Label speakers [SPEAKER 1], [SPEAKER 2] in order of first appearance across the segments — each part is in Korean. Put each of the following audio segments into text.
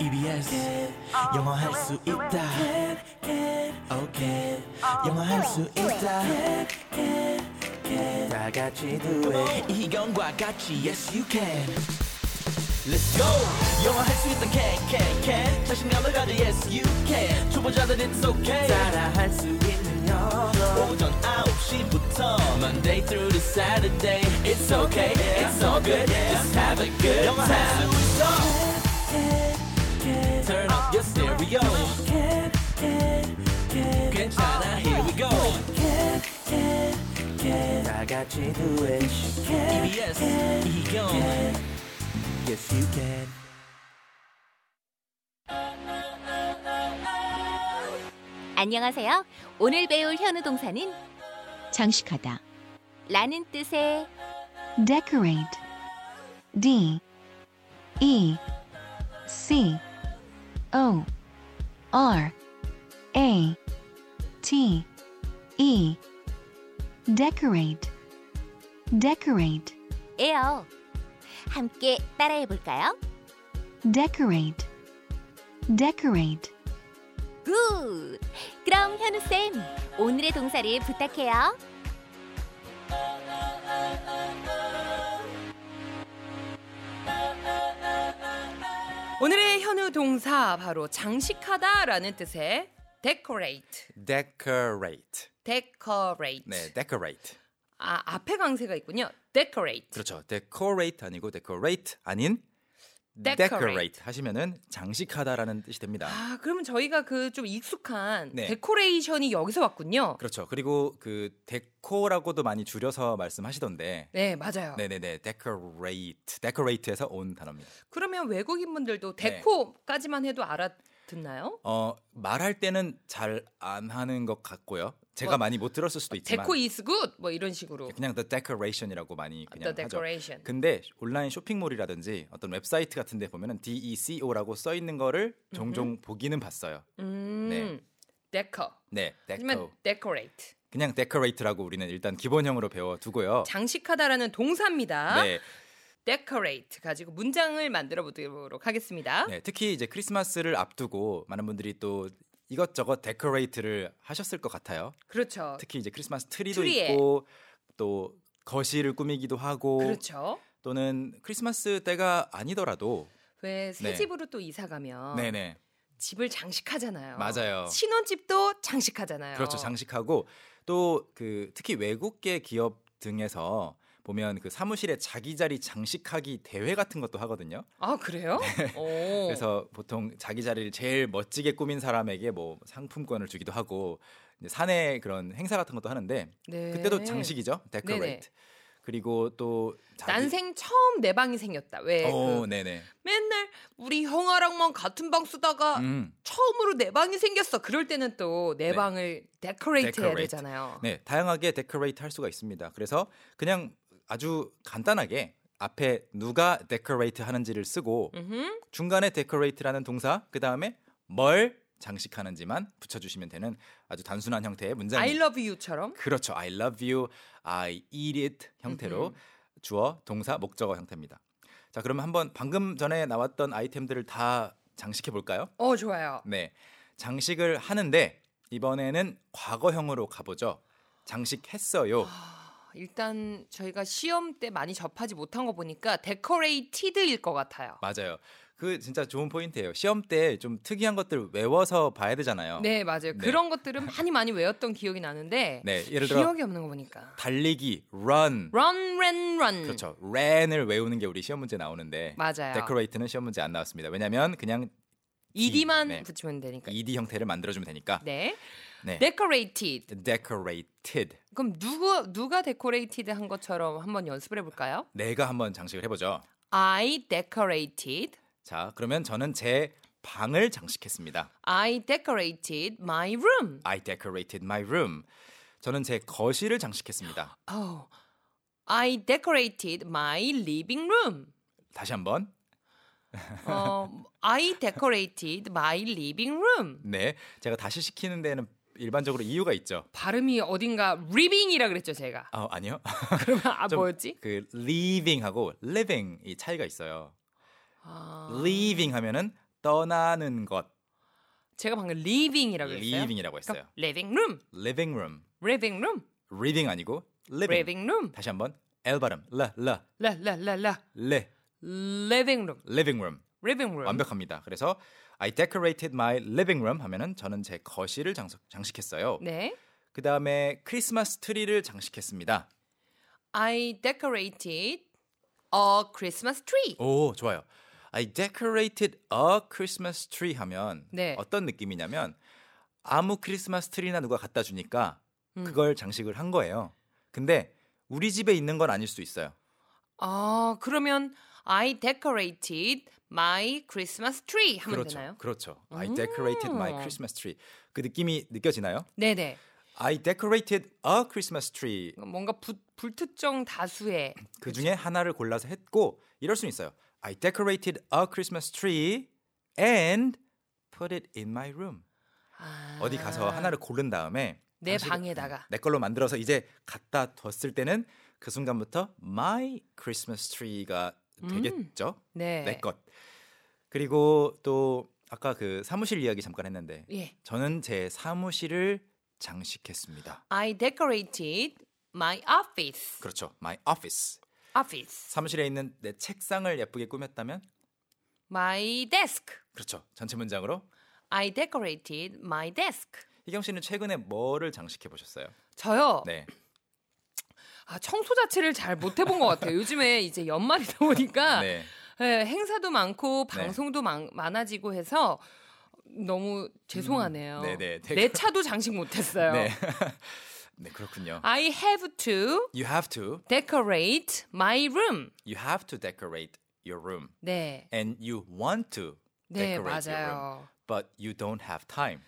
[SPEAKER 1] EBS 영어 할 수 있다 오케이 영어 할 수 있다 다 같이 do it 이희경과 같이 yes you can Let's go 영어 할 수 있다 can can can 자신감을 가져 yes you can 초보자들 it's okay 따라 할 수 있는 영어 오전 9시부터 Monday through to Saturday It's okay it's all good just have a good time 영어 할수 있어 Turn up your stereo. 괜찮아, here we go. 다 같이 do it. EBS, 이경. Yes, you can.
[SPEAKER 2] 안녕하세요. 오늘 배울 현우 동사는
[SPEAKER 3] 장식하다.
[SPEAKER 2] 라는 뜻의
[SPEAKER 3] decorate D E C O R A T E decorate decorate
[SPEAKER 2] 에요. 함께 따라해 볼까요?
[SPEAKER 3] decorate decorate
[SPEAKER 2] 굿! 그럼 현우쌤, 오늘의 동사를 부탁해요.
[SPEAKER 4] 오늘의 현우 동사 바로 장식하다라는 뜻의 decorate,
[SPEAKER 5] decorate.
[SPEAKER 4] decorate.
[SPEAKER 5] 네, decorate.
[SPEAKER 4] 아 앞에 강세가 있군요. decorate.
[SPEAKER 5] 그렇죠. decorate 아니고 decorate 아닌
[SPEAKER 4] Decorate.
[SPEAKER 5] 하시면은 장식하다라는 뜻이 됩니다.
[SPEAKER 4] 아 그러면 저희가 그 좀 익숙한
[SPEAKER 5] 네.
[SPEAKER 4] 데코레이션이 여기서 왔군요.
[SPEAKER 5] 그렇죠. 그리고 그 deco라고도 많이 줄여서 말씀하시던데.
[SPEAKER 4] 네 맞아요.
[SPEAKER 5] 네, 네, 네. decorate. decorate에서 온 단어입니다.
[SPEAKER 4] 그러면 외국인 분들도
[SPEAKER 5] 네.
[SPEAKER 4] 데코까지만 해도 알아듣나요?
[SPEAKER 5] 어, 말할 때는 잘 안 하는 것 같고요. 제가
[SPEAKER 4] 뭐,
[SPEAKER 5] 많이 못 들었을 수도 있지만
[SPEAKER 4] 데코 is good 뭐 이런 식으로
[SPEAKER 5] 그냥 the decoration이라고 많이 그냥
[SPEAKER 4] the
[SPEAKER 5] 하죠.
[SPEAKER 4] decoration.
[SPEAKER 5] 근데 온라인 쇼핑몰이라든지 어떤 웹사이트 같은 데 보면은 DECO라고 써 있는 거를 종종 보기는 봤어요.
[SPEAKER 4] 음.
[SPEAKER 5] 네.
[SPEAKER 4] 데코.
[SPEAKER 5] 네, 데코.
[SPEAKER 4] 하지만 decorate.
[SPEAKER 5] 그냥 decorate라고 우리는 일단 기본형으로 배워 두고요.
[SPEAKER 4] 장식하다라는 동사입니다.
[SPEAKER 5] 네,
[SPEAKER 4] decorate 가지고 문장을 만들어 보도록 하겠습니다.
[SPEAKER 5] 네, 특히 이제 크리스마스를 앞두고 많은 분들이 또 이것저것 데코레이트를 하셨을 것 같아요.
[SPEAKER 4] 그렇죠.
[SPEAKER 5] 특히 이제 크리스마스 트리도
[SPEAKER 4] 트리에.
[SPEAKER 5] 있고 또 거실을 꾸미기도 하고
[SPEAKER 4] 그렇죠.
[SPEAKER 5] 또는 크리스마스 때가 아니더라도
[SPEAKER 4] 왜 새
[SPEAKER 5] 네.
[SPEAKER 4] 집으로 또 이사 가면
[SPEAKER 5] 네네
[SPEAKER 4] 집을 장식하잖아요.
[SPEAKER 5] 맞아요.
[SPEAKER 4] 신혼집도 장식하잖아요.
[SPEAKER 5] 그렇죠 장식하고 또 그 특히 외국계 기업 등에서 보면 그 사무실에 자기 자리 장식하기 대회 같은 것도 하거든요.
[SPEAKER 4] 아 그래요? 오.
[SPEAKER 5] 네. 그래서 보통 자기 자리를 제일 멋지게 꾸민 사람에게 뭐 상품권을 주기도 하고 이제 사내 그런 행사 같은 것도 하는데
[SPEAKER 4] 네.
[SPEAKER 5] 그때도 장식이죠. 데코레이트.
[SPEAKER 4] 네네.
[SPEAKER 5] 그리고 또 자기-
[SPEAKER 4] 난생 처음 내 방이 생겼다. 왜?
[SPEAKER 5] 오,
[SPEAKER 4] 그
[SPEAKER 5] 네네.
[SPEAKER 4] 맨날 우리 형아랑만 같은 방 쓰다가
[SPEAKER 5] 음.
[SPEAKER 4] 처음으로 내 방이 생겼어. 그럴 때는 또 내
[SPEAKER 5] 네.
[SPEAKER 4] 방을 데코레이트 해야
[SPEAKER 5] Decorate.
[SPEAKER 4] 되잖아요.
[SPEAKER 5] 네, 다양하게 데코레이트 할 수가 있습니다. 그래서 그냥 아주 간단하게 앞에 누가 데코레이트 하는지를 쓰고
[SPEAKER 4] 음흠.
[SPEAKER 5] 중간에 데코레이트라는 동사, 그다음에 뭘 장식하는지만 붙여 주시면 되는 아주 단순한 형태의 문장입니다.
[SPEAKER 4] I love you처럼.
[SPEAKER 5] 그렇죠. I love you, I eat it 형태로 주어, 동사, 목적어 형태입니다. 자, 그럼 한번 방금 전에 나왔던 아이템들을 다 장식해 볼까요?
[SPEAKER 4] 어 좋아요.
[SPEAKER 5] 네. 장식을 하는데 이번에는 과거형으로 가보죠. 장식했어요.
[SPEAKER 4] 일단 저희가 시험 때 많이 접하지 못한 거 보니까 데코레이티드일 것 같아요.
[SPEAKER 5] 맞아요. 그 진짜 좋은 포인트예요. 시험 때 좀 특이한 것들 외워서 봐야 되잖아요.
[SPEAKER 4] 네 맞아요.
[SPEAKER 5] 네.
[SPEAKER 4] 그런 것들은 많이 많이 외웠던 기억이 나는데
[SPEAKER 5] 네, 예를 들어
[SPEAKER 4] 기억이 없는 거 보니까
[SPEAKER 5] 달리기, run.
[SPEAKER 4] run, run, run.
[SPEAKER 5] 그렇죠. ran을 외우는 게 우리 시험 문제 나오는데
[SPEAKER 4] 맞아요.
[SPEAKER 5] decorate는 시험 문제 안 나왔습니다. 왜냐면 그냥
[SPEAKER 4] ed만
[SPEAKER 5] 네.
[SPEAKER 4] 붙이면 되니까.
[SPEAKER 5] ed 형태를 만들어 주면 되니까.
[SPEAKER 4] 네.
[SPEAKER 5] 네.
[SPEAKER 4] decorated.
[SPEAKER 5] decorated.
[SPEAKER 4] 그럼 누구 누가 decorated 한 것처럼 한번 연습을 해볼까요?
[SPEAKER 5] 내가 한번 장식을 해 보죠.
[SPEAKER 4] I decorated.
[SPEAKER 5] 자, 그러면 저는 제 방을 장식했습니다.
[SPEAKER 4] I decorated my room.
[SPEAKER 5] I decorated my room. 저는 제 거실을 장식했습니다.
[SPEAKER 4] Oh, I decorated my living room.
[SPEAKER 5] 다시 한번.
[SPEAKER 4] 어, I decorated my living room.
[SPEAKER 5] 네. 제가 다시 시키는 데는 일반적으로 이유가 있죠.
[SPEAKER 4] 발음이 어딘가 living이라 그랬죠 제가.
[SPEAKER 5] 아, 아니요.
[SPEAKER 4] 그러면 아
[SPEAKER 5] 좀
[SPEAKER 4] 뭐였지?
[SPEAKER 5] 그 living하고 living 이 차이가 있어요.
[SPEAKER 4] 아,
[SPEAKER 5] living 하면은 떠나는 것
[SPEAKER 4] 제가 방금 living이라고 했어요.
[SPEAKER 5] living이라고 했어요.
[SPEAKER 4] 그러니까 living room,
[SPEAKER 5] living room.
[SPEAKER 4] living room,
[SPEAKER 5] reading 아니고 living.
[SPEAKER 4] living room.
[SPEAKER 5] 다시 한번 L 발음. 라라
[SPEAKER 4] 라라라라
[SPEAKER 5] 레
[SPEAKER 4] living room,
[SPEAKER 5] living room.
[SPEAKER 4] living room.
[SPEAKER 5] 완벽합니다. 그래서 I decorated my living room 하면은 저는 제 거실을 장식, 장식했어요.
[SPEAKER 4] 네.
[SPEAKER 5] 그다음에 크리스마스 트리를 장식했습니다.
[SPEAKER 4] I decorated a Christmas tree.
[SPEAKER 5] 오, 좋아요. I decorated a Christmas tree 하면
[SPEAKER 4] 네.
[SPEAKER 5] 어떤 느낌이냐면 아무 크리스마스 트리나 누가 갖다 주니까 그걸 장식을 한 거예요. 근데 우리 집에 있는 건 아닐 수도 있어요.
[SPEAKER 4] 아, 그러면 I decorated my Christmas tree 하면
[SPEAKER 5] 그렇죠.
[SPEAKER 4] 되나요?
[SPEAKER 5] 그렇죠. I decorated my Christmas tree. 그 느낌이 느껴지나요?
[SPEAKER 4] 네네.
[SPEAKER 5] I decorated a Christmas tree.
[SPEAKER 4] 뭔가 부- 불특정 다수의
[SPEAKER 5] 그 중에 하나를 골라서 했고 이럴 수는 있어요. I decorated a Christmas tree and put it in my room.
[SPEAKER 4] 아,
[SPEAKER 5] 어디 가서 하나를 고른 다음에
[SPEAKER 4] 내
[SPEAKER 5] 당신이
[SPEAKER 4] 방에다가.
[SPEAKER 5] 내 걸로 만들어서 이제 갖다 뒀을 때는 그 순간부터 my Christmas tree가 되겠죠.
[SPEAKER 4] 음. 네.
[SPEAKER 5] 내 것. 그리고 또 아까 그 사무실 이야기 잠깐 했는데
[SPEAKER 4] 예.
[SPEAKER 5] 저는 제 사무실을 장식했습니다.
[SPEAKER 4] I decorated my office.
[SPEAKER 5] 그렇죠. my office.
[SPEAKER 4] office.
[SPEAKER 5] 사무실에 있는 내 책상을 예쁘게 꾸몄다면
[SPEAKER 4] My desk.
[SPEAKER 5] 그렇죠. 전체 문장으로
[SPEAKER 4] I decorated my desk.
[SPEAKER 5] 희경 씨는 최근에 뭐를 장식해 보셨어요?
[SPEAKER 4] 저요.
[SPEAKER 5] 네.
[SPEAKER 4] 아, 청소 자체를 잘 못 해본 것 같아요. 요즘에 이제 연말이다 보니까
[SPEAKER 5] 네.
[SPEAKER 4] 예, 행사도 많고 방송도 많, 많아지고 해서 너무 죄송하네요.
[SPEAKER 5] 음, 네네. 되게-
[SPEAKER 4] 내 차도 장식 못했어요. 아.
[SPEAKER 5] 네. 네, 그렇군요.
[SPEAKER 4] I have to
[SPEAKER 5] You have to
[SPEAKER 4] decorate my room.
[SPEAKER 5] you have to decorate your room
[SPEAKER 4] 네,
[SPEAKER 5] and you want to
[SPEAKER 4] 네
[SPEAKER 5] decorate your room
[SPEAKER 4] 맞아요.
[SPEAKER 5] but you don't have time.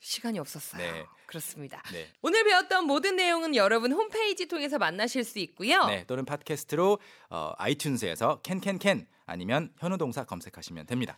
[SPEAKER 4] 시간이 없었어요.
[SPEAKER 5] 네.
[SPEAKER 4] 그렇습니다.
[SPEAKER 5] 네.
[SPEAKER 4] 오늘 배웠던 모든 내용은 여러분 홈페이지 통해서 만나실 수 있고요.
[SPEAKER 5] 네, 어, 또는 팟캐스트로 어, 아이튠즈에서 캔캔캔 아니면 현우 동사 검색하시면 됩니다.